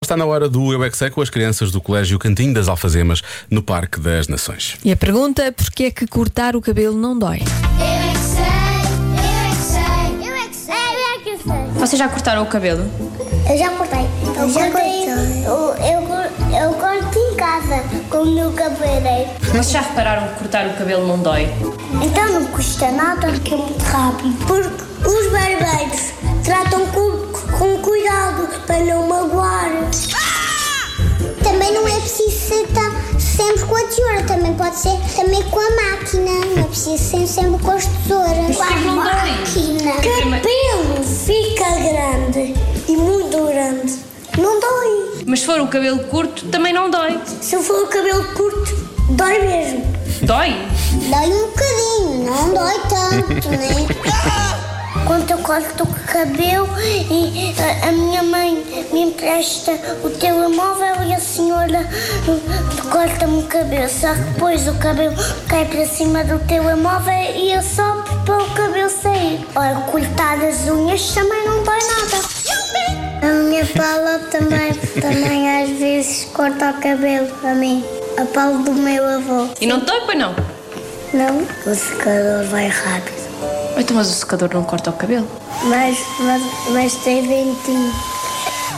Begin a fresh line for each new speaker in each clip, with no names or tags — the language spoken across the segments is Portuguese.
Está na hora do Eu é que Sei com as crianças do Colégio Cantinho das Alfazemas, no Parque das Nações.
E a pergunta é porque é que cortar o cabelo não dói?
Vocês já cortaram o cabelo?
Eu já cortei. Eu já cortei. Eu, eu, cor- eu corto em casa com o meu cabeleireiro.
Vocês já repararam que cortar o cabelo não dói?
Então não custa nada porque é muito rápido. Porque os barbeiros tratam com, com cuidado para não magoar. Ah! Também não é preciso estar sempre com a tesoura, também pode ser também com a máquina. Não é preciso ser sempre com as tesouras. Com a máquina. Cabelo fica grande e muito grande. Não dói.
Mas se for o cabelo curto, também não dói.
Se eu for o cabelo curto, dói mesmo.
Dói?
Dói um bocadinho, não dói tanto, né? Quando eu corto o cabelo e a, a minha mãe me empresta o telemóvel e a senhora uh, corta-me o cabelo. Só que depois o cabelo cai para cima do telemóvel e eu sopro para o cabelo sair. Ora, cortar as unhas também não dói nada. A minha pala também, também às vezes corta o cabelo a mim. A pala do meu avô.
E não dói, pois não?
Não, o secador vai rápido.
Então, mas o secador não corta o cabelo.
Mas, mas, mas tem ventinho.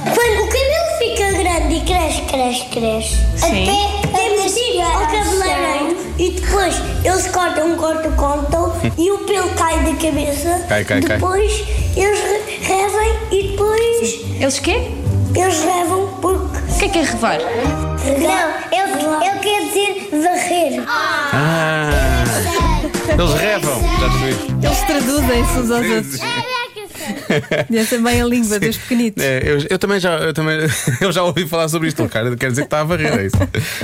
Quando o cabelo fica grande e cresce, cresce, cresce.
Sim.
Até temos de ir ao cabeleireiro. E depois eles cortam, cortam, cortam e o pelo cai da cabeça.
Cai, cai, cai.
depois eles re- revam e depois
Eles quê?
eles revam porque...
O que é que é revar?
Não, eu, eu quero dizer varrer.
Ah! Eles revam! Já percebi.
Eles traduzem-se uns aos outros.
É,
Conhecem bem a língua dos pequenitos.
É, eu, eu também já, eu também eu já ouvi falar sobre isto, cara. Quer dizer que está a varrer, é isso.